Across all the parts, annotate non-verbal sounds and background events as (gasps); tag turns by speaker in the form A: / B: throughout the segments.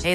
A: Hey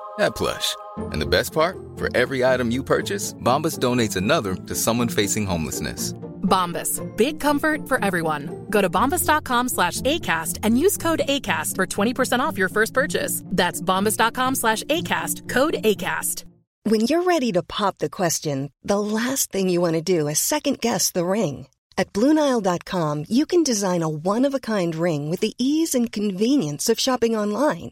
B: that plush. And the best part? For every item you purchase, Bombas donates another to someone facing homelessness.
C: Bombas. Big comfort for everyone. Go to bombas.com slash ACAST and use code ACAST for 20% off your first purchase. That's bombas.com slash ACAST. Code ACAST.
D: When you're ready to pop the question, the last thing you want to do is second guess the ring. At Bluenile.com, you can design a one of a kind ring with the ease and convenience of shopping online.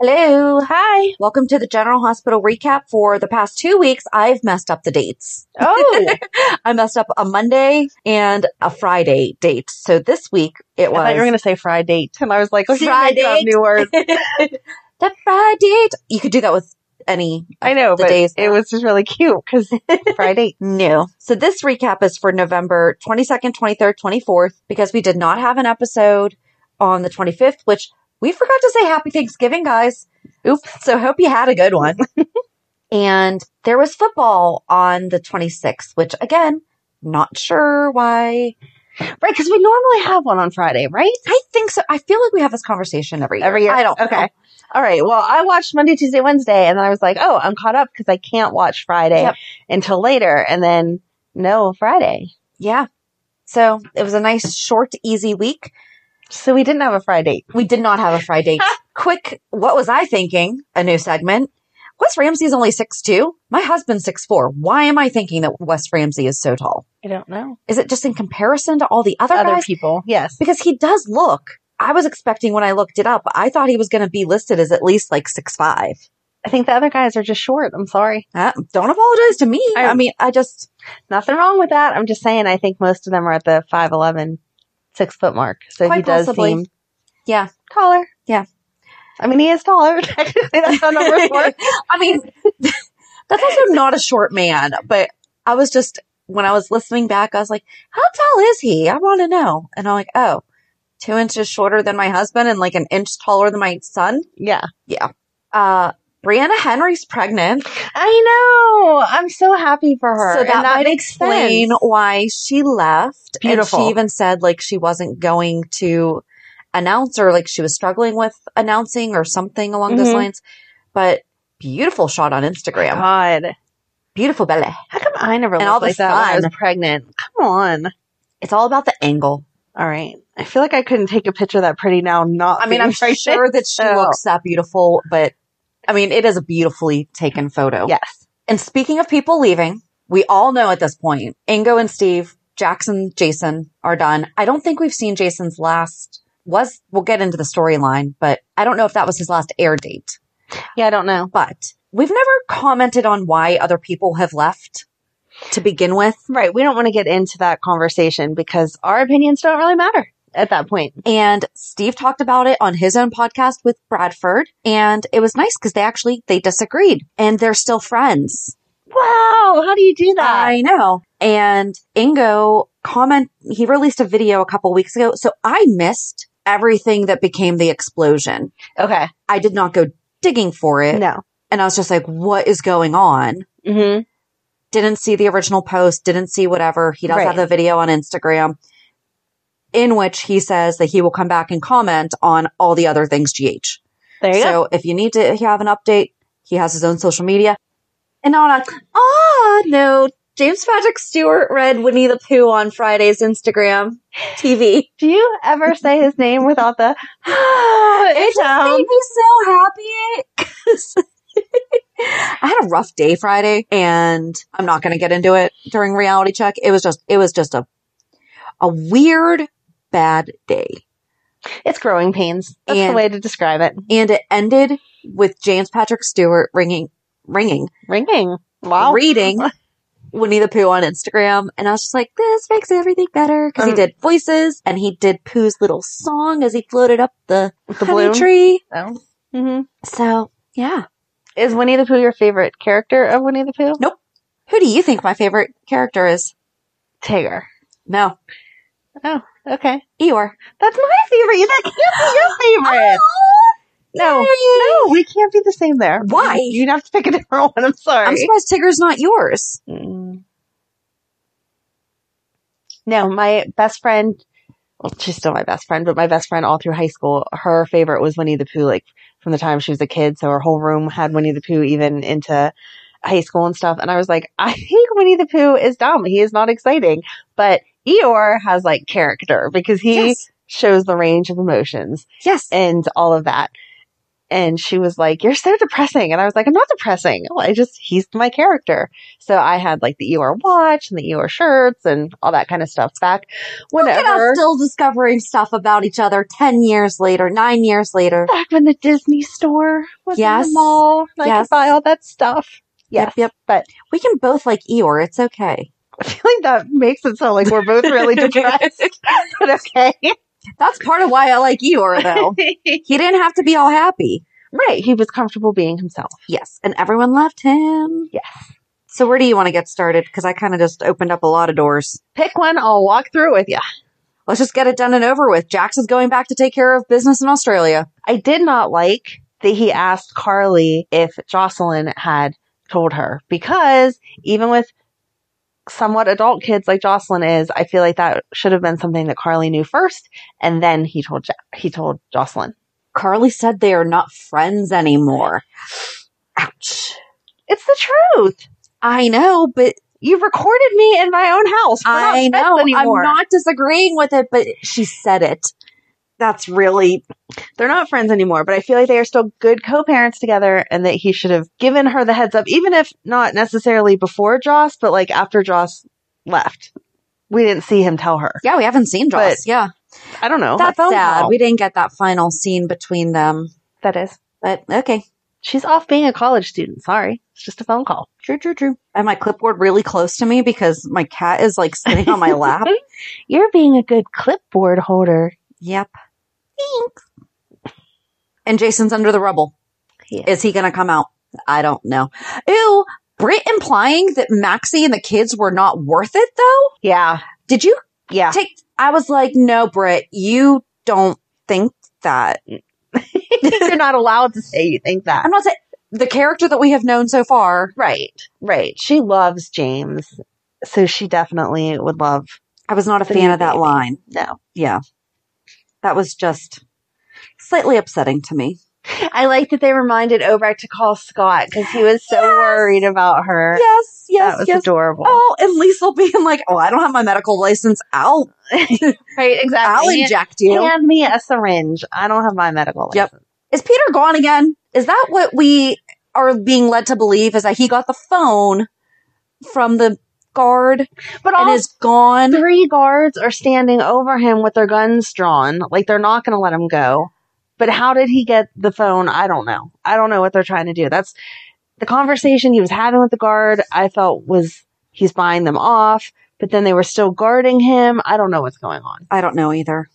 E: Hello. Hi. Welcome to the General Hospital recap for the past two weeks. I've messed up the dates.
F: Oh,
E: (laughs) I messed up a Monday and a Friday date. So this week it
F: I
E: was
F: thought you were going to say Friday, (laughs) and I was like, "Oh,
E: Friday.
F: Friday, new word."
E: (laughs) the Friday. You could do that with any.
F: I know,
E: The
F: but
E: days.
F: it was just really cute (laughs) because Friday.
E: No. So this recap is for November 22nd, 23rd, 24th because we did not have an episode on the 25th, which we forgot to say happy Thanksgiving, guys. Oops. So hope you had a good one. (laughs) and there was football on the 26th, which again, not sure why.
F: Right, because we normally have one on Friday, right?
E: I think so. I feel like we have this conversation every year.
F: Every year.
E: I don't.
F: Okay.
E: know.
F: All right. Well, I watched Monday, Tuesday, Wednesday, and then I was like, oh, I'm caught up because I can't watch Friday
E: Yep.
F: until later. And then no Friday.
E: Yeah. So it was a nice, short, easy week.
F: So we didn't have a Friday.
E: We did not have a
F: (laughs)
E: Friday. Quick, what was I thinking? A new segment. Wes Ramsey's only six two. My husband's six four. Why am I thinking that Wes Ramsey is so tall?
F: I don't know.
E: Is it just in comparison to all the other,
F: Other
E: guys?
F: people. Yes.
E: Because he does look. I was expecting when I looked it up, I thought he was going to be listed as at least like six five.
F: I think the other guys are just short. I'm sorry.
E: Uh, don't apologize to me.
F: I-
E: I mean, I just
F: Nothing wrong with that. I'm just saying, I think most of them are at the 5'11, six foot mark. So
E: Quite
F: he does
E: possibly.
F: seem
E: Yeah.
F: taller.
E: Yeah.
F: I mean, he is taller. (laughs) Technically, that's
E: (laughs)
F: how numbers work.
E: I mean, that's also not a short man, but I was just, when I was listening back, I was like, how tall is he? I want to know. And I'm like, oh, two inches shorter than my husband and like an inch taller than my son.
F: Yeah.
E: Uh, Brianna Henry's pregnant.
F: I know. I'm so happy for her.
E: So
F: And
E: that, might
F: makes
E: explain
F: sense.
E: why she left.
F: Beautiful.
E: And she even said like she wasn't going to announce or like she was struggling with announcing or something along those
F: Mhm.
E: lines. But beautiful shot on Instagram.
F: Oh God.
E: Beautiful belly.
F: How come I never
E: And all
F: looked
E: the
F: like that when I
E: sun.
F: was pregnant? Come on.
E: It's all about the angle.
F: All right. I feel like I couldn't take a picture that pretty now. Not.
E: I mean, I'm
F: being (laughs) pregnant.
E: sure that she
F: So-
E: looks that beautiful, but I mean, it is a beautifully taken photo.
F: Yes.
E: And speaking of people leaving, we all know at this point, Ingo and Steve, Jackson, Jason are done. I don't think we've seen Jason's last was, we'll get into the storyline, but I don't know if that was his last air date,
F: Yeah, I don't know.
E: but we've never commented on why other people have left to begin with.
F: Right. We don't want to get into that conversation because our opinions don't really matter at that point.
E: and steve talked about it on his own podcast with bradford and it was nice because they actually they disagreed and they're still friends
F: Wow. How do you do that?
E: i know And Ingo comment, he released a video a couple weeks ago. So I missed everything that became the explosion.
F: Okay.
E: I did not go digging for it.
F: No.
E: And I was just like, what is going on?
F: Mm-hmm.
E: Didn't see the original post, didn't see whatever. He does
F: Right.
E: have the video on Instagram in which he says that he will come back and comment on all the other things GH.
F: There you go.
E: So if you need to have an update, he has his own social media. And on a, oh no, James Patrick Stewart read Winnie the Pooh on Friday's Instagram TV.
F: Do you ever say his name without (gasps) the
E: It
F: it
E: just made me so happy 'cause (laughs) I had a rough day Friday and I'm not going to get into it during reality check. It was just, it was just a, a weird, bad day.
F: It's growing pains. That's
E: And-
F: the way to describe it.
E: And it ended with James Patrick Stewart ringing, ringing
F: Ringing. Wow.
E: reading Winnie the Pooh on Instagram, and I was just like, "This makes everything better" because he
F: Um,
E: did voices and he did Pooh's little song as he floated up the,
F: the
E: the
F: bloom.
E: tree.
F: Oh. hmm
E: So, yeah.
F: Is Winnie the Pooh your favorite character of Winnie the Pooh?
E: Who do you think my favorite character is?
F: Tigger.
E: No,
F: Okay.
E: Eeyore.
F: That's my favorite. That can't be
E: (gasps) Oh,
F: your favorite. No, no, we can't be the same there.
E: Why?
F: You'd have to pick a different one. I'm sorry.
E: I'm surprised Tigger's not yours.
F: Mm. No, my best friend, well, she's still my best friend, but my best friend all through high school, her favorite was Winnie the Pooh, like from the time she was a kid. So her whole room had Winnie the Pooh even into high school and stuff. And I was like, (laughs) I think Winnie the Pooh is dumb. He is not exciting, but Eeyore has like character because he
E: yes,
F: shows the range of emotions
E: yes.
F: and all of that. And she was like, You're so depressing. And I was like, I'm not depressing. I just, he's my character. So I had like the Eeyore watch and the Eeyore shirts and all that kind of stuff back
E: Look at
F: whenever,
E: us still discovering stuff about each other ten years later, nine years later.
F: back when the Disney store was
E: Yes.
F: in the mall. and I
E: Yes.
F: could buy all that stuff. Yes.
E: Yep, yep.
F: But
E: We can both like Eeyore. It's okay.
F: I feel like that makes it sound like we're both (laughs) really depressed. but okay.
E: That's part of why I like Eeyore,
F: (laughs)
E: though. he didn't have to be all happy.
F: right. He was comfortable being himself.
E: Yes, and everyone left him.
F: Yes.
E: So where do you want to get started? Because I kind of just opened up a lot of doors.
F: Pick one. I'll walk through with you.
E: Let's just get it done and over with. Jax is going back to take care of business in Australia.
F: I did not like that he asked Carly if Jocelyn had told her because even with somewhat adult kids like Jocelyn is, I feel like that should have been something that Carly knew first and then he told ja- he told Jocelyn.
E: Carly said they are not friends anymore. Ouch.
F: It's the truth.
E: I know, but
F: You've recorded me in my own house. We're not
E: I
F: friends
E: know
F: anymore.
E: I'm not disagreeing with it, but she said it. That's really
F: They're not friends anymore, but I feel like they are still good co-parents together and that he should have given her the heads up even if not necessarily before Joss, but like after Joss left. We didn't see him tell her.
E: yeah. We haven't seen Joss.
F: But-
E: yeah,
F: I don't know.
E: that's
F: a phone
E: sad.
F: call.
E: We didn't get that final scene between them.
F: that is.
E: But okay,
F: She's off being a college student. Sorry. It's just a phone call.
E: True, true, true. And my clipboard really close to me because my cat is like sitting
F: (laughs)
E: on my (laughs) lap.
F: You're being a good clipboard holder.
E: Yep. Thanks. And Jason's under the rubble.
F: He
E: Is he going to come out? I don't know. Ew. Brit implying that Maxie and the kids were not worth it though.
F: Yeah.
E: Did you (laughs)
F: Yeah. (laughs)
E: take? I was like, no, Brit, you don't think that.
F: You're not allowed to say you think that.
E: I'm not saying the character that we have known so far.
F: Right. Right. She loves James. So she definitely would love.
E: I was not a
F: The
E: fan
F: new
E: of that
F: baby.
E: line.
F: No.
E: Yeah. That was just slightly upsetting to me.
F: (laughs) I like that they reminded Obrecht to call Scott because he was so
E: Yes.
F: worried about her.
E: Yes, yes,
F: that was
E: yes.
F: adorable.
E: Oh, and Liesel being like, "Oh, I don't have my medical license. I'll,
F: right.
E: I'll
F: Exactly.
E: inject you."
F: Hand me a syringe. I don't have my medical
E: Yep.
F: license.
E: Is Peter gone again? Is that what we are being led to believe? Is that he got the phone from the guard
F: But
E: and
F: also,
E: is gone?
F: three guards are standing over him with their guns drawn. Like they're not going to let him go. But how did he get the phone? I don't know. I don't know what they're trying to do. That's the conversation he was having with the guard. I felt was he's buying them off, but then they were still guarding him. I don't know what's going on.
E: I don't know either.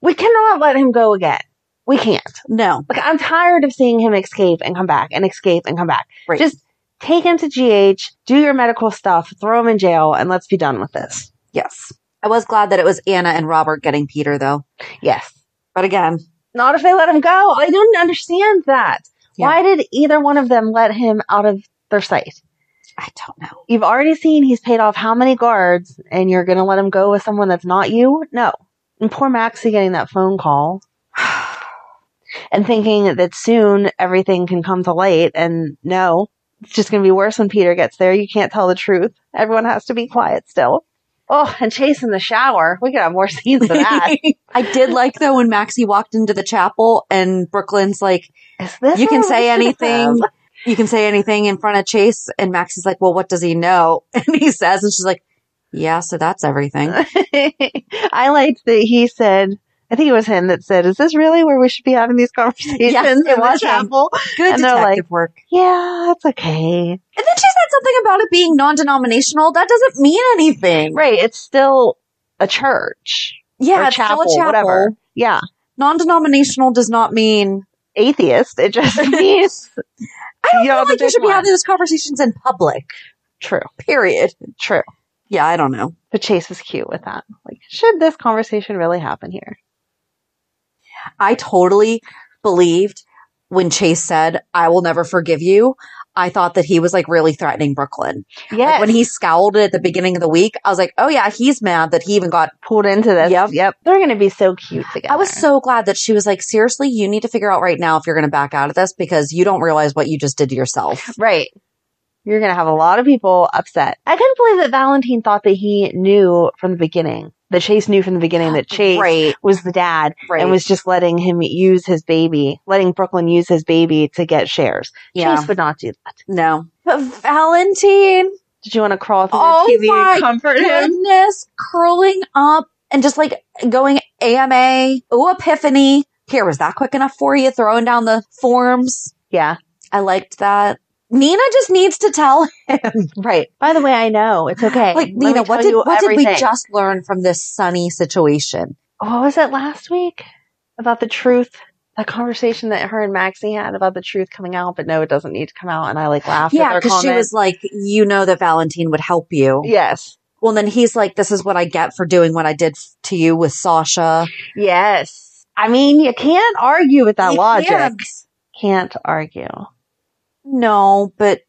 F: We cannot let him go again. We can't.
E: No,
F: Like I'm tired of seeing him escape and come back and escape and come back.
E: Right.
F: Just take him to GH, do your medical stuff, throw him in jail, and let's be done with this.
E: Yes. I was glad that it was Anna and Robert getting Peter though.
F: Yes.
E: But again,
F: Not if they let him go. I didn't understand that.
E: Yeah.
F: Why did either one of them let him out of their sight?
E: I don't know.
F: You've already seen he's paid off how many guards and you're going to let him go with someone that's not you? No. And poor Maxie getting that
E: (sighs)
F: phone call and thinking that soon everything can come to light and no, it's just going to be worse when Peter gets there. You can't tell the truth. Everyone has to be quiet still. Oh, and Chase in the shower. We could have more scenes
E: (laughs)
F: of that.
E: I did like though when Maxie walked into the chapel and Brooklyn's like,
F: Is this
E: you can
F: what
E: say
F: we should
E: anything.
F: have?
E: You can say anything in front of Chase. And Max is like, well, what does he know? (laughs) And he says, and she's like, yeah, so that's
F: (laughs)
E: everything.
F: I liked that he said, I think it was him that said, is this really where we should be having these conversations in
E: it
F: the
E: was him.
F: chapel?
E: Good
F: And they're
E: detective
F: like-
E: work.
F: Yeah, it's okay.
E: And then she said something about it being non-denominational. That doesn't mean anything.
F: Right. It's still a church.
E: Yeah,
F: or
E: it's still a chapel.
F: whatever. Yeah.
E: Non-denominational does not mean.
F: Atheist. It (laughs) just means
E: I don't feel
F: You don't have to
E: like you
F: pick
E: should be
F: one.
E: having those conversations in public.
F: true.
E: Period.
F: True.
E: Yeah, I don't know.
F: But Chase was cute with that. Like, should this conversation really happen here?
E: I totally believed when Chase said, "I will never forgive you." I thought that he was like really threatening Brooklyn.
F: Yeah.
E: Like, when he scowled at the beginning of the week, I was like, "Oh yeah, he's mad that he even got
F: pulled into this.
E: Yep.
F: They're going to be so cute together.
E: I was so glad that she was like, seriously, you need to figure out right now if you're going to back out of this because you don't realize what you just did to (sighs) yourself.
F: Right. You're going to have a lot of people upset. I couldn't believe that Valentine thought that he knew from the beginning, that Chase knew from the
E: (gasps)
F: beginning that Chase
E: Right.
F: was the dad
E: Right.
F: and was just letting him use his baby, letting Brooklyn use his baby to get shares.
E: yeah.
F: Chase would not do that.
E: no. But Valentine,
F: Did you want to crawl through
E: Oh
F: the TV
E: my
F: and comfort him?
E: goodness, curling up and just like going AMA. Oh, epiphany. Here, was that quick enough for you? Throwing down the forms.
F: Yeah,
E: I liked that. Nina just needs to tell (laughs) him.
F: right. By the way, I know
E: (gasps)
F: it's okay.
E: Like,
F: Let me
E: Nina, what
F: tell
E: did,
F: you
E: what did we
F: everything.
E: just learn from this sunny situation?
F: What was it last week about the truth? That conversation that her and Maxie had about the truth coming out, but no, it doesn't need to come out. And I like laughed
E: Yeah,
F: at their
E: because
F: comment.
E: she was like, you know that Valentine would help you.
F: yes,
E: Well, then he's like, this is what I get for doing what I did f- to you with Sasha.
F: yes. I mean, you can't argue with that
E: You
F: logic.
E: can't.
F: Can't argue.
E: No, but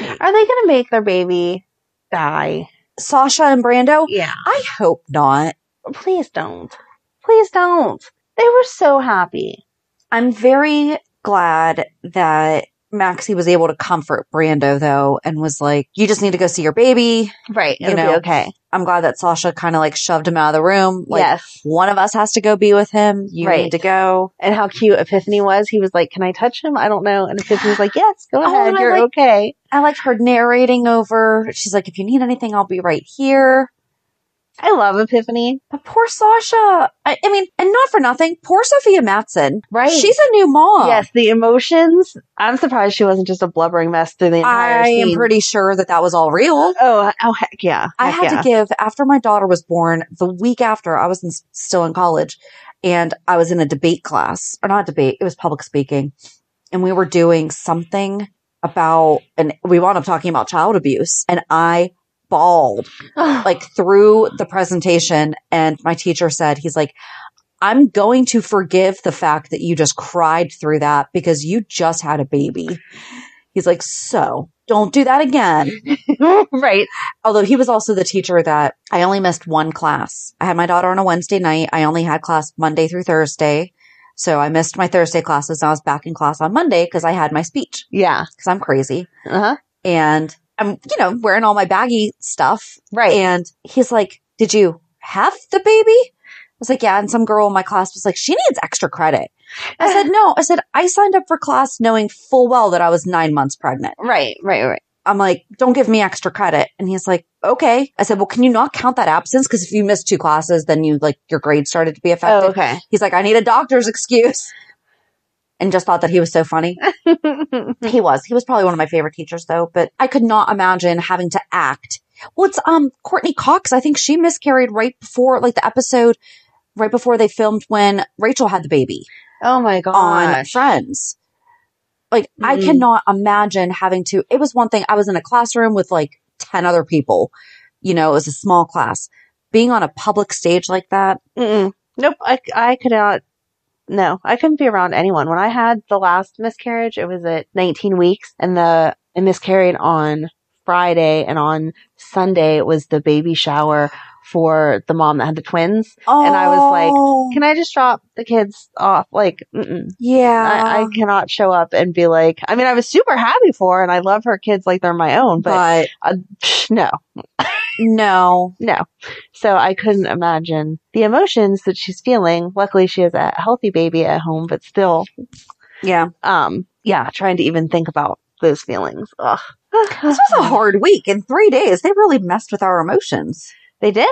F: Are they going to make their baby die?
E: Sasha and Brando,
F: Yeah.
E: I hope not.
F: Please don't. Please don't. They were so happy.
E: I'm very glad that Maxie was able to comfort Brando though and was like, you just need to go see your baby.
F: Right.
E: you
F: It'll
E: know.
F: be okay.
E: I'm glad that Sasha kind of like shoved him out of the room. Like,
F: yes.
E: one of us has to go be with him. You
F: Right.
E: need to go.
F: and how cute Epiphany was. He was like, "Can I touch him? I don't know." And Epiphany was like, "Yes, go (gasps)
E: Oh,
F: ahead.
E: and I
F: You're
E: like-
F: okay."
E: I liked her narrating over. She's like, if you need anything, I'll be right here.
F: I love Epiphany.
E: But poor Sasha. I, I mean, and not for nothing, poor Sophia Matson.
F: Right.
E: She's a new mom.
F: Yes, the emotions. I'm surprised she wasn't just a blubbering mess through the entire
E: I
F: scene.
E: am pretty sure that that was all real.
F: Oh, oh heck yeah!
E: I
F: Heck
E: had
F: yeah.
E: to give, after my daughter was born, the week after, I was in, still in college and I was in a debate class, or not debate, it was public speaking. And we were doing something about, and we wound up talking about child abuse. And I bawled like through the presentation and my teacher said he's like i'm going to forgive the fact that you just cried through that because you just had a baby he's like so don't do that again
F: right.
E: although he was also the teacher that i only missed one class i had my daughter on a wednesday night i only had class monday through thursday so i missed my thursday classes and i was back in class on monday because i had my speech
F: Yeah.
E: because i'm crazy
F: Uh huh.
E: and i'm you know wearing all my baggy stuff
F: Right.
E: and he's like, Did you have the baby? I was like, Yeah. And some girl in my class was like, She needs extra credit. I said, No. I said, I signed up for class knowing full well that I was nine months pregnant.
F: right. Right. Right.
E: I'm like, Don't give me extra credit. And he's like, Okay. I said, Well, can you not count that absence? Because if you missed two classes, then you like your grade started to be affected.
F: Oh, okay.
E: He's like, I need a doctor's excuse. And just thought that he was so funny.
F: (laughs)
E: He was. He was probably one of my favorite teachers though, but I could not imagine having to act. Well, it's um Courtney Cox. I think she miscarried right before like the episode right before they filmed when Rachel had the baby
F: oh my
E: on
F: gosh.
E: Friends. Like I
F: Mm.
E: cannot imagine having to, it was one thing. I was in a classroom with like 10 other people, you know, it was a small class being on a public stage like that.
F: Mm-mm. Nope. I, I could not. No, I couldn't be around anyone. When I had the last miscarriage, it was at 19 weeks and the, I miscarried on Friday and on Sunday was the baby shower for the mom that had the twins.
E: Oh,
F: I was like, Can I just drop the kids off? Like, mm-mm.
E: yeah,
F: I, I cannot show up and be like, I mean, I was super happy for her and I love her kids like they're my own, but
E: but
F: uh, psh, no,
E: no,
F: no. So I couldn't imagine the emotions that she's feeling. Luckily, she has a healthy baby at home, but still,
E: yeah,
F: um, yeah, trying to even think about those feelings. Ugh. (sighs)
E: this was a hard week. In three days, they really messed with our emotions.
F: They did,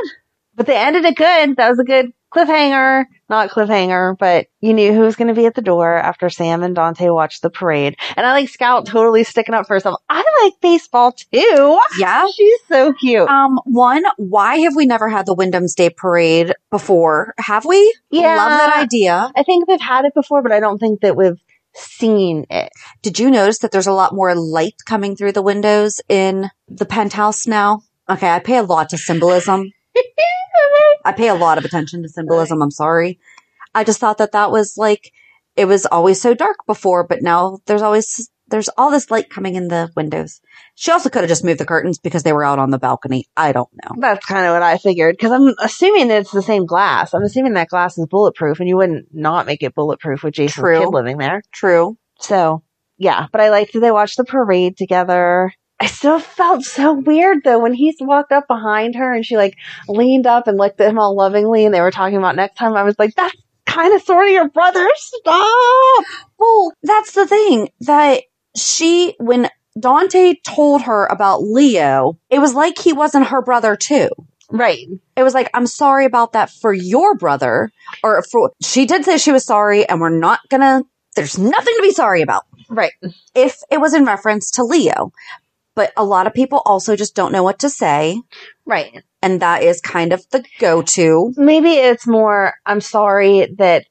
F: but they ended it good. That was a good cliffhanger. Not cliffhanger, but you knew who was going to be at the door after Sam and Dante watched the parade. And I like Scout totally sticking up for herself. I like baseball too. Oh,
E: Yeah.
F: She's so cute.
E: Um, one, why have we never had the Wyndham's Day Parade before? Have we?
F: Yeah.
E: Love that idea.
F: I think they've had it before, but I don't think that we've seen it.
E: Did you notice that there's a lot more light coming through the windows in the penthouse now? Okay, I pay a lot to symbolism. I pay a lot of attention to symbolism. I'm sorry. I just thought that that was like, it was always so dark before, but now there's always, there's all this light coming in the windows. She also could have just moved the curtains because they were out on the balcony. I don't know.
F: (laughs) That's kind of what I figured because I'm assuming that it's the same glass. I'm assuming that glass is bulletproof, and you wouldn't not make it bulletproof with Jason's
E: True.
F: kid living there.
E: True.
F: So yeah, but I liked that they watched the parade together. I still felt so weird though when he walked up behind her and she like leaned up and looked at him all lovingly, and they were talking about next time. I was like, that's kind of sort of your brother. Stop.
E: Well, that's the thing that she, when Dante told her about Leo, it was like he wasn't her brother too.
F: Right.
E: It was like, I'm sorry about that for your brother. Or for, she did say she was sorry and we're not gonna, there's nothing to be sorry about.
F: Right.
E: If it was in reference to Leo. But a lot of people also just don't know what to say.
F: Right.
E: And that is kind of the go to.
F: maybe it's more I'm sorry that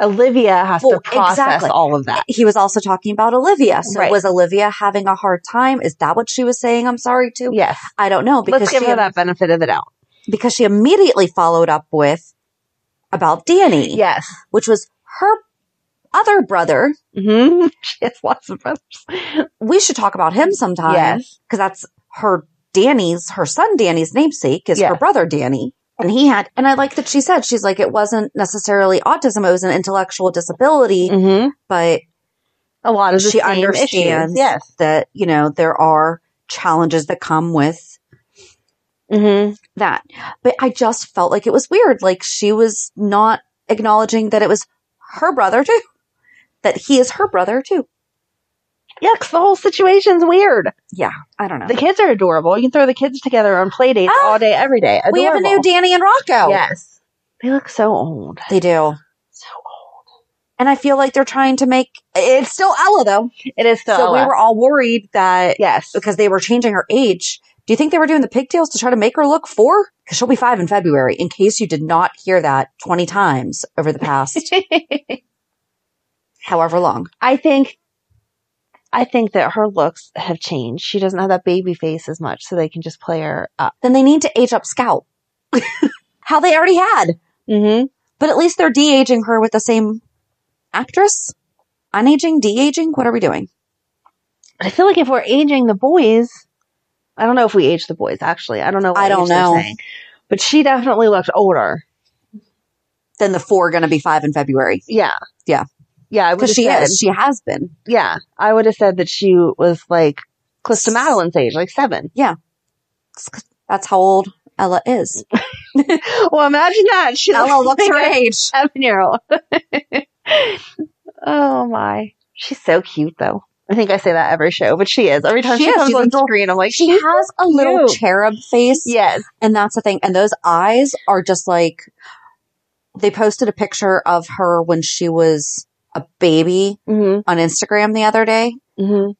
F: Olivia has
E: Well,
F: to process
E: exactly.
F: all of that.
E: He was also talking about Olivia. So
F: Right.
E: was Olivia having a hard time? Is that what she was saying? I'm sorry to.
F: Yes.
E: I don't know because
F: Let's give
E: she
F: her that benefit of the doubt.
E: because she immediately followed up with about Danny,
F: Yes.
E: which was her other brother.
F: hmm (laughs) She has lots of brothers.
E: We should talk about him sometime.
F: Yes.
E: Because that's her Danny's, her son Danny's namesake is her
F: Yes.
E: brother Danny. And he had, and I like that she said, she's like, it wasn't necessarily autism, it was an intellectual disability,
F: hmm
E: but
F: A lot of the
E: she
F: same
E: understands
F: Issues. Yes.
E: that, you know, there are challenges that come with
F: hmm
E: that. But I just felt like it was weird. Like she was not acknowledging that it was her brother too, that he is her brother too.
F: Yeah, 'cause the whole situation's weird.
E: I don't know.
F: The kids are adorable. You can throw the kids together on play dates
E: Ah,
F: all day, every day. Adorable.
E: We have a new Danny and Rocco.
F: Yes. They look so old.
E: They do.
F: So old.
E: And I feel like they're trying to make it's still Ella though.
F: It is still.
E: so we
F: Ella.
E: were all worried that
F: yes.
E: because they were changing her age. Do you think they were doing the pigtails to try to make her look four? Because she'll be five in February, in case you did not hear that 20 times over the
F: (laughs)
E: past however long.
F: I think I think that her looks have changed. She doesn't have that baby face as much, so they can just play her uh, up.
E: Then they need to age up
F: (laughs)
E: Scout. How they already had.
F: Mm-hmm.
E: But at least they're de aging her with the same actress. Unaging, de aging. What are we doing?
F: I feel like if we're aging the boys, I don't know if we age the boys. Actually, I don't know. What
E: I don't
F: age they're
E: know.
F: saying. but she definitely looked older.
E: Then the four are going to be five in February
F: Yeah,
E: Yeah.
F: yeah. I would
E: because
F: have
E: she
F: said,
E: is. She has been.
F: Yeah, I would have said that she was like close to Madeline's age, like
E: (laughs)
F: seven.
E: That's how old Ella
F: (laughs)
E: is.
F: Well, imagine that. She
E: Ella looks
F: (laughs)
E: her age.
F: seven year old. (laughs) oh my. She's so cute though. I think I say that every show, but she is. Every time
E: She
F: she,
E: is.
F: comes
E: She's
F: on
E: adorable.
F: screen, I'm like,
E: She
F: she's so
E: has a little
F: cute.
E: cherub face,
F: Yes.
E: and that's the thing. And those eyes are just like they posted a picture of her when she was a baby
F: Mm-hmm.
E: on Instagram the other day.
F: Mm-hmm.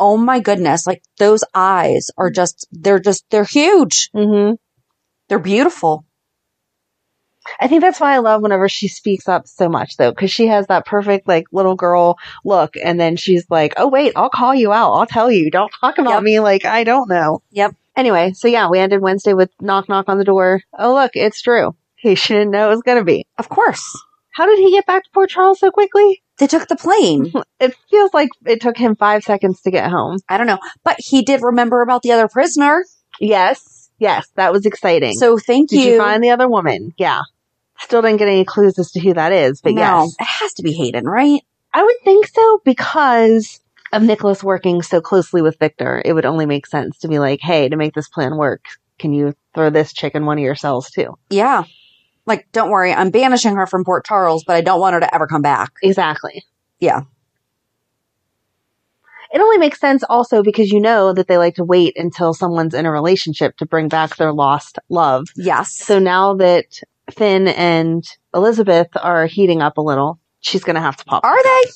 E: Oh my goodness! Like those eyes are just—they're just—they're huge.
F: Mm-hmm.
E: They're beautiful.
F: I think that's why I love whenever she speaks up so much though, because she has that perfect like little girl look, and then she's like, "Oh wait, I'll call you out. I'll tell you. Don't talk about
E: Yep.
F: me like I don't know."
E: Yep.
F: Anyway, so yeah, we ended Wednesday with knock knock on the door. Oh look, it's Drew. He (laughs) shouldn't know it was gonna be.
E: Of course.
F: How did he get back to Port Charles so quickly?
E: They took the plane.
F: It feels like it took him five seconds to get home.
E: I don't know. But he did remember about the other prisoner.
F: Yes, yes, that was exciting.
E: So thank
F: did you. find the other woman? Yeah. Still didn't get any clues as to who that is, but
E: No,
F: yes.
E: it has to be Hayden, right?
F: I would think so because of Nicholas working so closely with Victor. It would only make sense to be like, hey, to make this plan work, can you throw this chick in one of your cells too?
E: Yeah. Like, don't worry, I'm banishing her from Port Charles, but I don't want her to ever come back.
F: Exactly.
E: Yeah.
F: It only makes sense also because you know that they like to wait until someone's in a relationship to bring back their lost love.
E: Yes.
F: So now that Finn and Elizabeth are heating up a little, she's going to have to pop.
E: are they?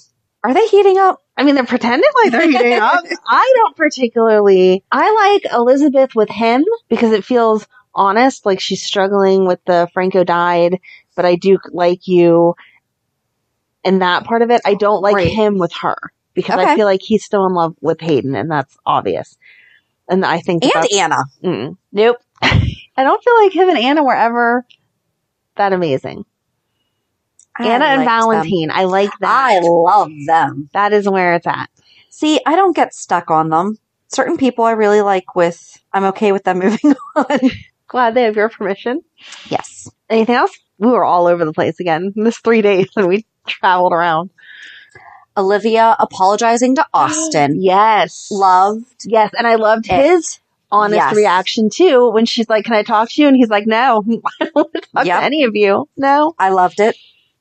E: Are they heating up?
F: I mean, they're pretending like they're (laughs) heating up. I don't particularly. I like Elizabeth with him because it feels honest, like she's struggling with the Franco died, but I do like you in that part of it. I don't like
E: Right.
F: him with her because I
E: Okay.
F: feel like he's still in love with Hayden, and that's obvious. And I think that
E: And
F: that's-
E: Anna.
F: Mm, (laughs) nope. I don't feel like him and Anna were ever that amazing. Anna
E: I liked
F: and
E: them.
F: Valentine, I like that.
E: I love them.
F: that is where it's at.
E: See, I don't get stuck on them. Certain people I really like with, I'm okay with them (laughs) moving on.
F: Glad they have your permission.
E: yes.
F: Anything else? We were all over the place again. (laughs) This three days and we traveled around.
E: Olivia apologizing to Austin.
F: (gasps) Yes.
E: Loved.
F: Yes. And I loved
E: It-
F: his honest
E: Yes.
F: reaction too when she's like, Can I talk to you? And he's like, No, (laughs) I don't want to talk
E: Yep.
F: to any of you. No,
E: I loved it.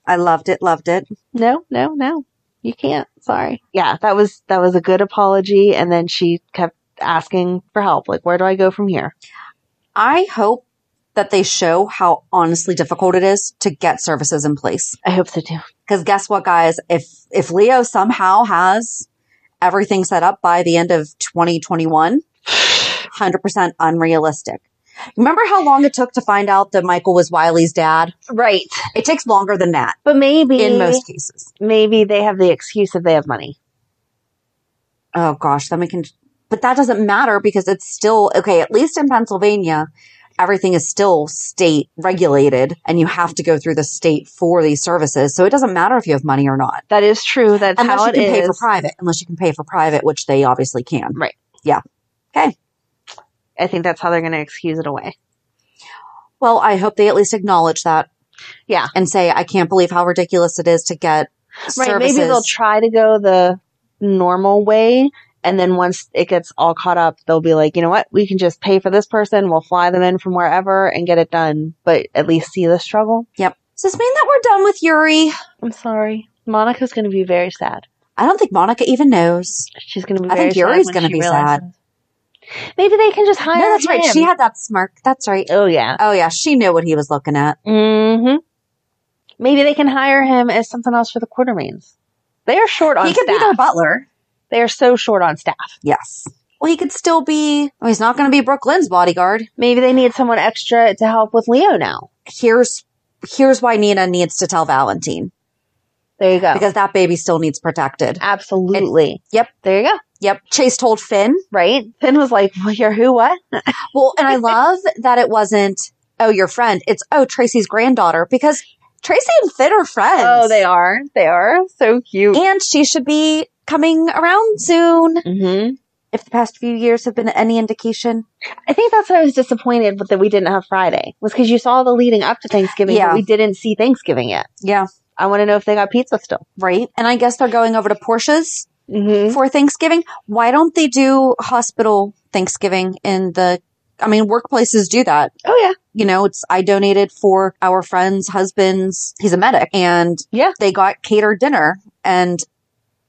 E: I loved it. Loved it.
F: no, no, no. You can't. Sorry. Yeah, that was that was a good apology. And then she kept asking for help. Like, where do I go from here?
E: I hope that they show how honestly difficult it is to get services in place.
F: I hope so too.
E: Because guess what, guys? If if Leo somehow has everything set up by the end of 2021, 100% unrealistic. Remember how long it took to find out that Michael was Wiley's dad?
F: Right. Mm-hmm.
E: It takes longer than that
F: But maybe
E: in most cases.
F: maybe they have the excuse that they have money.
E: Oh gosh, then we can, but that doesn't matter because it's still, okay, at least in Pennsylvania, everything is still state regulated and you have to go through the state for these services. So it doesn't matter if you have money or not.
F: That is true. That's
E: Unless
F: how
E: you
F: it
E: can pay for
F: is.
E: private, unless you can pay for private, which they obviously can.
F: Right.
E: Yeah. Okay.
F: I think that's how they're going to excuse it away.
E: Well, I hope they at least acknowledge that.
F: Yeah.
E: And say, I can't believe how ridiculous it is to get
F: Right.
E: services.
F: Maybe they'll try to go the normal way. And then once it gets all caught up, they'll be like, you know what? We can just pay for this person. We'll fly them in from wherever and get it done, but at least see the struggle.
E: yep. Does this mean that we're done with Yuri?
F: I'm sorry. Monica's going to be very sad.
E: I don't think Monica even knows.
F: She's going to be
E: I
F: very
E: think
F: sad
E: Yuri's
F: when
E: gonna
F: she
E: be
F: realizes. Maybe they can just hire
E: no, that's right.
F: him.
E: She had that smirk. That's right.
F: oh, yeah.
E: Oh yeah, she knew what he was looking at. Mm-hmm.
F: hmm Maybe they can hire him as something else for the quartermains. They are short on
E: he could
F: staff.
E: be their butler.
F: they are so short on staff.
E: Yes. Well, he could still be. Well, he's not going to be Brooklyn's bodyguard.
F: Maybe they need someone extra to help with Leo now.
E: Here's here's why Nina needs to tell Valentine
F: There you go.
E: because that baby still needs protected.
F: Oh. Absolutely.
E: Yep.
F: There you go.
E: Yep. Chase told Finn.
F: Right? Finn was like, well, you're who, what?
E: Well,
F: (laughs)
E: and I love that it wasn't oh your friend. It's oh Tracy's granddaughter because Tracy and Finn are friends.
F: are. Oh, They are. So cute.
E: And she should be coming around soon.
F: hmm
E: If the past few years have been any indication.
F: I think that's what I was disappointed with that we didn't have Friday was because you saw the leading up to Thanksgiving,
E: Yeah.
F: but we didn't see Thanksgiving yet.
E: Yeah.
F: I want to know if they got pizza still.
E: Right. And I guess they're going over to Porsche's
F: Mm-hmm.
E: for Thanksgiving. Why don't they do hospital Thanksgiving in the, I mean, workplaces do that.
F: Oh yeah.
E: You know, it's, I donated for our friend's husband's, he's a medic and
F: Yeah.
E: they got catered dinner and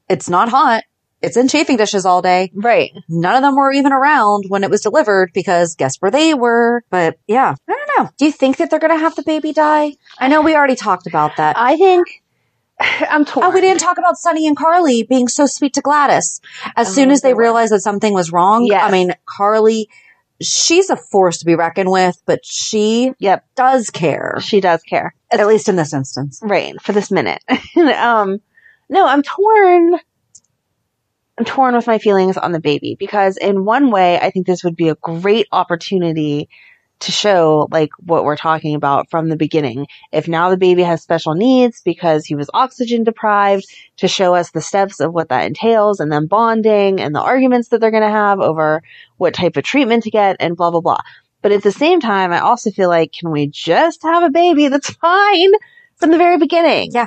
E: it's not hot. It's in chafing dishes all day.
F: Right.
E: None of them were even around when it was delivered because guess where they were? But yeah, I don't know. Do you think that they're going to have the baby die? I know we already talked about that.
F: I think (sighs) I'm torn.
E: Oh, we didn't talk about Sonny and Carly being so sweet to Gladys. As
F: Oh,
E: soon as they
F: they were.
E: realized that something was wrong,
F: Yes.
E: I mean, Carly, she's a force to be reckoned with, but she
F: Yep.
E: does care,
F: She does care.
E: at least in this instance.
F: Right. For this minute. (laughs) um, no, I'm torn. I'm torn with my feelings on the baby because in one way, I think this would be a great opportunity to show like what we're talking about from the beginning. If now the baby has special needs because he was oxygen deprived to show us the steps of what that entails and then bonding and the arguments that they're going to have over what type of treatment to get and blah, blah, blah. But at the same time, I also feel like, can we just have a baby (laughs) that's fine from the very beginning?
E: Yeah.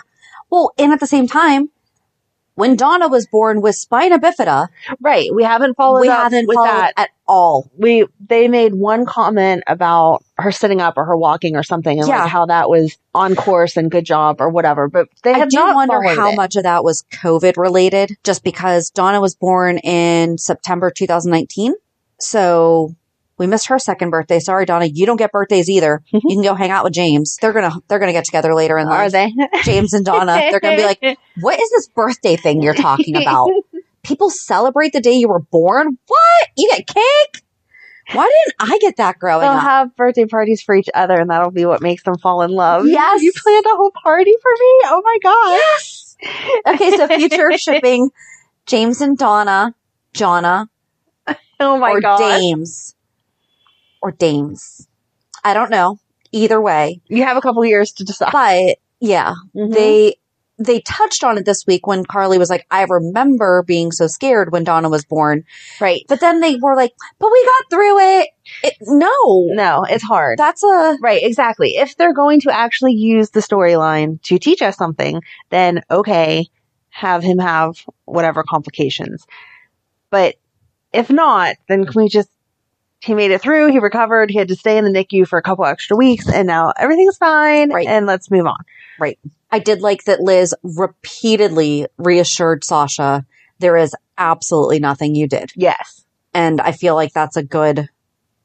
E: Well, and at the same time, when Donna was born with spina bifida,
F: Right. We haven't followed
E: we
F: up
E: haven't
F: with
E: followed
F: that.
E: at all.
F: we they made one comment about her sitting up or her walking or something and
E: Yeah.
F: like how that was on course and good job or whatever. But they
E: I
F: have
E: do
F: not
E: wonder
F: followed
E: how
F: it.
E: much of that was COVID related, just because Donna was born in September 2019. So we missed her second birthday. Sorry, Donna, you don't get birthdays either. you can go hang out with James. They're gonna they're gonna get together later in
F: Mm-hmm. are
E: life.
F: (laughs) they?
E: James and
F: (laughs)
E: Donna, they're gonna be like,
F: "Oh
E: "What is this birthday thing you're talking
F: (laughs)
E: about? People celebrate the day you were born. What? You get cake? Why didn't I get that growing
F: They'll
E: up?
F: have birthday parties for each other, and that'll be what makes them fall in love.
E: Yes.
F: you planned a whole party for me. Oh my god! (laughs)
E: Yes.
F: Oh,
E: Okay, so future shipping, James and Donna, Jonna,
F: Oh my
E: or
F: god!
E: Dames, or Dames. I don't know. Either way,
F: You have a couple years to decide.
E: but yeah,
F: Mm-hmm.
E: they they touched on it this week when Carly was like, "I remember being so scared when Donna was born,"
F: right?
E: but then they were like, "But we got through it." it no,
F: No, it's hard.
E: that's a
F: Right, exactly. If they're going to actually use the storyline to teach us something, then okay, have him have whatever complications. But if not, then can we just, he made it through, he recovered, he had to stay in the NICU for a couple extra weeks, and now everything's fine,
E: Right.
F: and let's move on.
E: I did like that Liz repeatedly reassured Sasha there is absolutely nothing you did.
F: Yes.
E: And I feel like that's a good,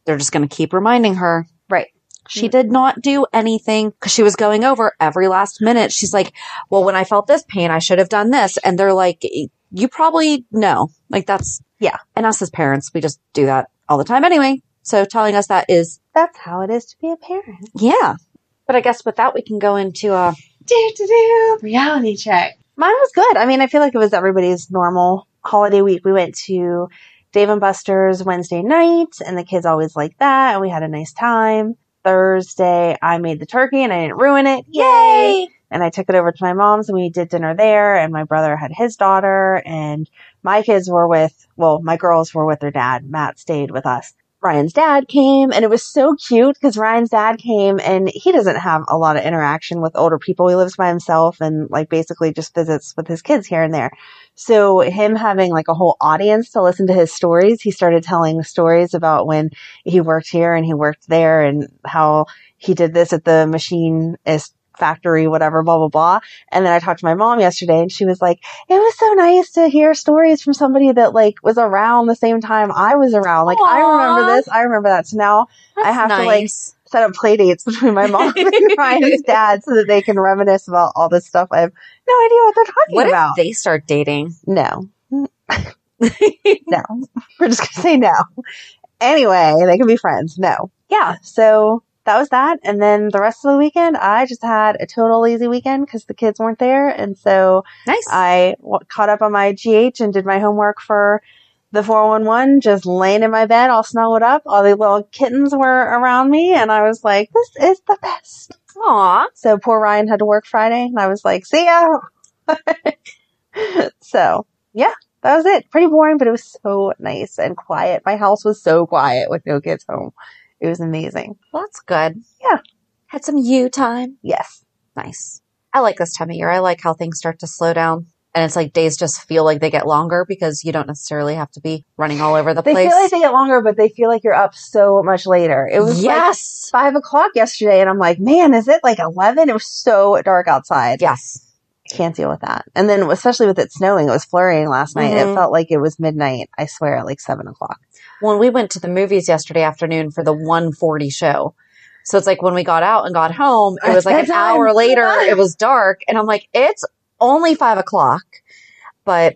E: they're just going to keep reminding her.
F: Right.
E: She did not do anything because she was going over every last minute. She's like, well, when I felt this pain, I should have done this. And they're like, you probably know. Like that's,
F: Yeah.
E: And us as parents, we just do that all the time anyway. So telling us that is,
F: That's how it is to be a parent.
E: yeah. But I guess with that, we can go into, uh,
F: Do, do, do. Reality check. Mine was good. I mean, I feel like it was everybody's normal holiday week. We went to Dave and Buster's Wednesday night, and the kids always like that, and we had a nice time. Thursday, I made the turkey and I didn't ruin it. Yay! And I took it over to my mom's, and we did dinner there, and my brother had his daughter, and my kids were with, well, my girls were with their dad. Matt stayed with us. Ryan's dad came and it was so cute because Ryan's dad came and he doesn't have a lot of interaction with older people. He lives by himself and like basically just visits with his kids here and there. So him having like a whole audience to listen to his stories, he started telling stories about when he worked here and he worked there and how he did this at the machinist factory, whatever, blah, blah, blah. And then I talked to my mom yesterday and she was like, it was so nice to hear stories from somebody that like was around the same time I was around. Like I remember
E: Aw.
F: this, I remember that. So now I
E: That's
F: have to like
E: nice.
F: set up play dates between my mom (laughs) and
E: (laughs)
F: Ryan's dad so that they can reminisce about all this stuff. I have no idea what they're talking
E: what
F: about.
E: if they start dating?
F: no. no. We're just gonna say no. Anyway, they can be friends. No. Yeah. So that was that. And then the rest of the weekend, I just had a total lazy weekend because the kids weren't there. And so
E: Nice.
F: I w- caught up on my GH and did my homework for the 411, just laying in my bed, all snuggled up. All the little kittens were around me, and I was like, this is the best.
E: Aw.
F: So poor Ryan had to work Friday, and I was like, see ya. (laughs) so, yeah, that was it. Pretty boring, but it was so nice and quiet. My house was so quiet with no kids home. It was amazing.
E: Well, that's good.
F: Yeah.
E: Had some you time.
F: Yes.
E: Nice. I like this time of year. I like how things start to slow down. And it's like days just feel like they get longer because you don't necessarily have to be running all over the
F: They
E: place.
F: feel like they get longer, but they feel like you're up so much later. It was like
E: yes.
F: five o'clock yesterday and I'm like, man, is it like 11? It was so dark outside.
E: yes.
F: Can't deal with that. And then especially with it snowing, it was flurrying last night.
E: Mhm.
F: It felt like it was midnight. I swear at like seven o'clock.
E: When we went to the movies yesterday afternoon for the 140 show. So it's like when we got out and got home, it was
F: It's
E: like an
F: bedtime.
E: hour later, it was dark. And I'm like, it's only five o'clock. But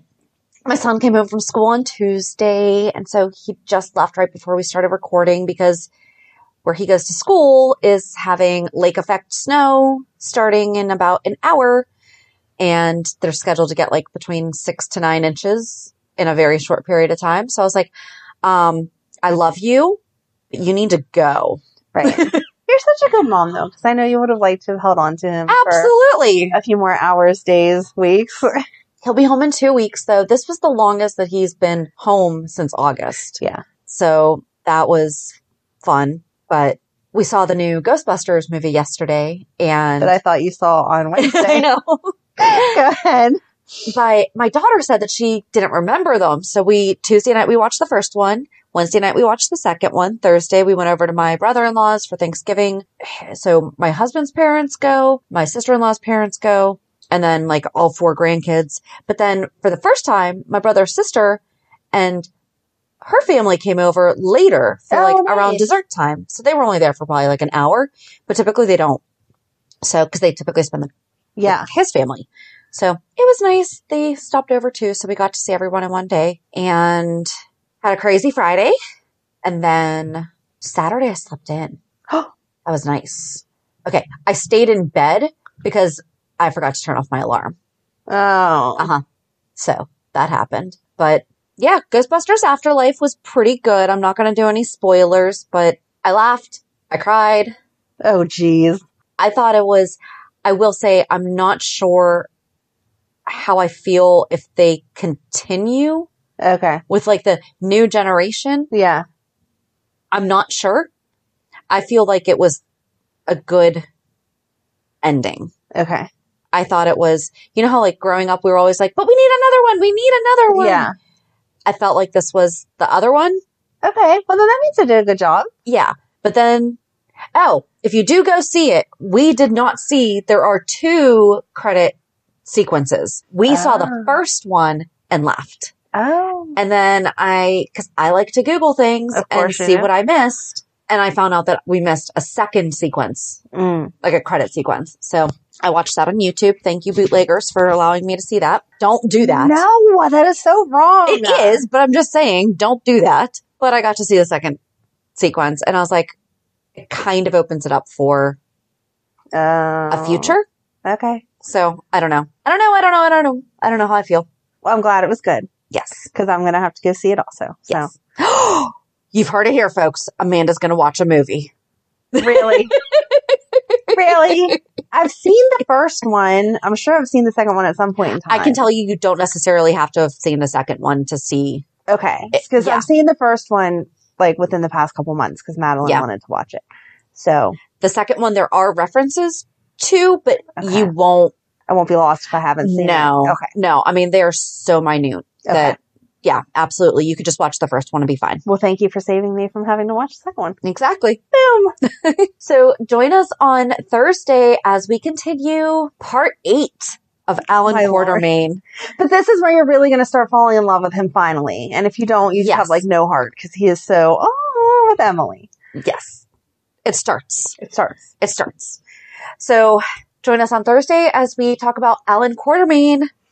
E: my son came home from school on Tuesday, and so he just left right before we started recording because where he goes to school is having lake effect snow starting in about an hour, and they're scheduled to get like between six to nine inches in a very short period of time. So I was like, um, I love you, but you need to go.
F: Right. You're such a good mom, though, because I know you would have liked to have held on to him for
E: Absolutely.
F: a few more hours, days, weeks. (laughs)
E: He'll be home in two weeks, though. This was the longest that he's been home since August.
F: Yeah.
E: So that was fun. But we saw the new Ghostbusters movie yesterday, and
F: that I thought you saw on
E: (laughs) I
F: Wednesday. (laughs)
E: know.
F: Go ahead.
E: But my daughter said that she didn't remember them. So we Tuesday night we watched the first one. Wednesday night we watched the second one. Thursday we went over to my brother-in-law's for Thanksgiving. (sighs) So my husband's parents go, my sister-in-law's parents go, and then like all four grandkids. But then for the first time, my brother's sister and her family came over later for
F: Oh,
E: like
F: nice.
E: around dessert time. So they were only there for probably like an hour, but typically they don't. So, cause they typically spend the
F: Yeah.
E: uh, his family. So it was nice. They stopped over too. So we got to see everyone in one day and had a crazy Friday. And then Saturday I slept in. (gasps) that was nice. Okay. I stayed in bed because I forgot to turn off my alarm.
F: Oh.
E: Uh huh. So that happened. But yeah, Ghostbusters Afterlife was pretty good. I'm not going to do any spoilers, but I laughed. I cried.
F: Oh, geez.
E: I thought it was, I will say, I'm not sure how I feel if they continue
F: Okay.
E: with like the new generation.
F: Yeah.
E: I'm not sure. I feel like it was a good ending.
F: Okay.
E: I thought it was, you know how like growing up, we were always like, but we need another one. We need another one.
F: Yeah.
E: I felt like this was the other one.
F: Okay. Well, then that means I did a good job.
E: Yeah. But then, oh, if you do go see it, we did not see there are two credit sequences. We saw the
F: Ah.
E: first one and left.
F: Oh.
E: And then I, cause I like to Google things
F: Of
E: and
F: course you
E: see
F: do.
E: what I missed. And I found out that we missed a second sequence,
F: Mm.
E: like a credit sequence. So I watched that on YouTube. Thank you, bootleggers, for allowing me to see that. Don't do that.
F: No, that is so wrong.
E: It is, but I'm just saying, don't do that. But I got to see the second sequence and I was like, it kind of opens it up for
F: Oh.
E: a future.
F: Okay.
E: So I don't know. I don't know. I don't know. I don't know. I don't know how I feel.
F: Well, I'm glad it was good
E: Yes. (gasps)
F: because I'm going to have to go see it also. (laughs)
E: Yes. You've heard it here, folks. Amanda's going to watch a movie.
F: So really,
E: (laughs)
F: really, I've seen the first one. I'm sure I've seen the second one at some point in time.
E: I can tell you, you don't necessarily have to have seen the second one to see.
F: Okay.
E: It-
F: Because
E: yeah.
F: I've seen the first one like within the past couple months because Madeline
E: Yeah.
F: wanted to watch it. So
E: The second one, there are references to, but
F: Okay.
E: you won't
F: I won't be lost if I haven't seen
E: know.
F: it. Okay.
E: No, I mean, they are so minute
F: Okay.
E: that, yeah, absolutely. You could just watch the first one and be fine.
F: Well, thank you for saving me from having to watch the second one.
E: Exactly.
F: Boom.
E: So join us on Thursday as we continue part eight of Alan
F: My lord.
E: Quartermain.
F: But this is where you're really going to start falling in love with him finally. And if you don't, you just
E: Yes.
F: have like no heart because he is so, oh, with Emily.
E: Yes. It starts.
F: It starts.
E: It starts. So join us on Thursday as we talk about Alan Quartermain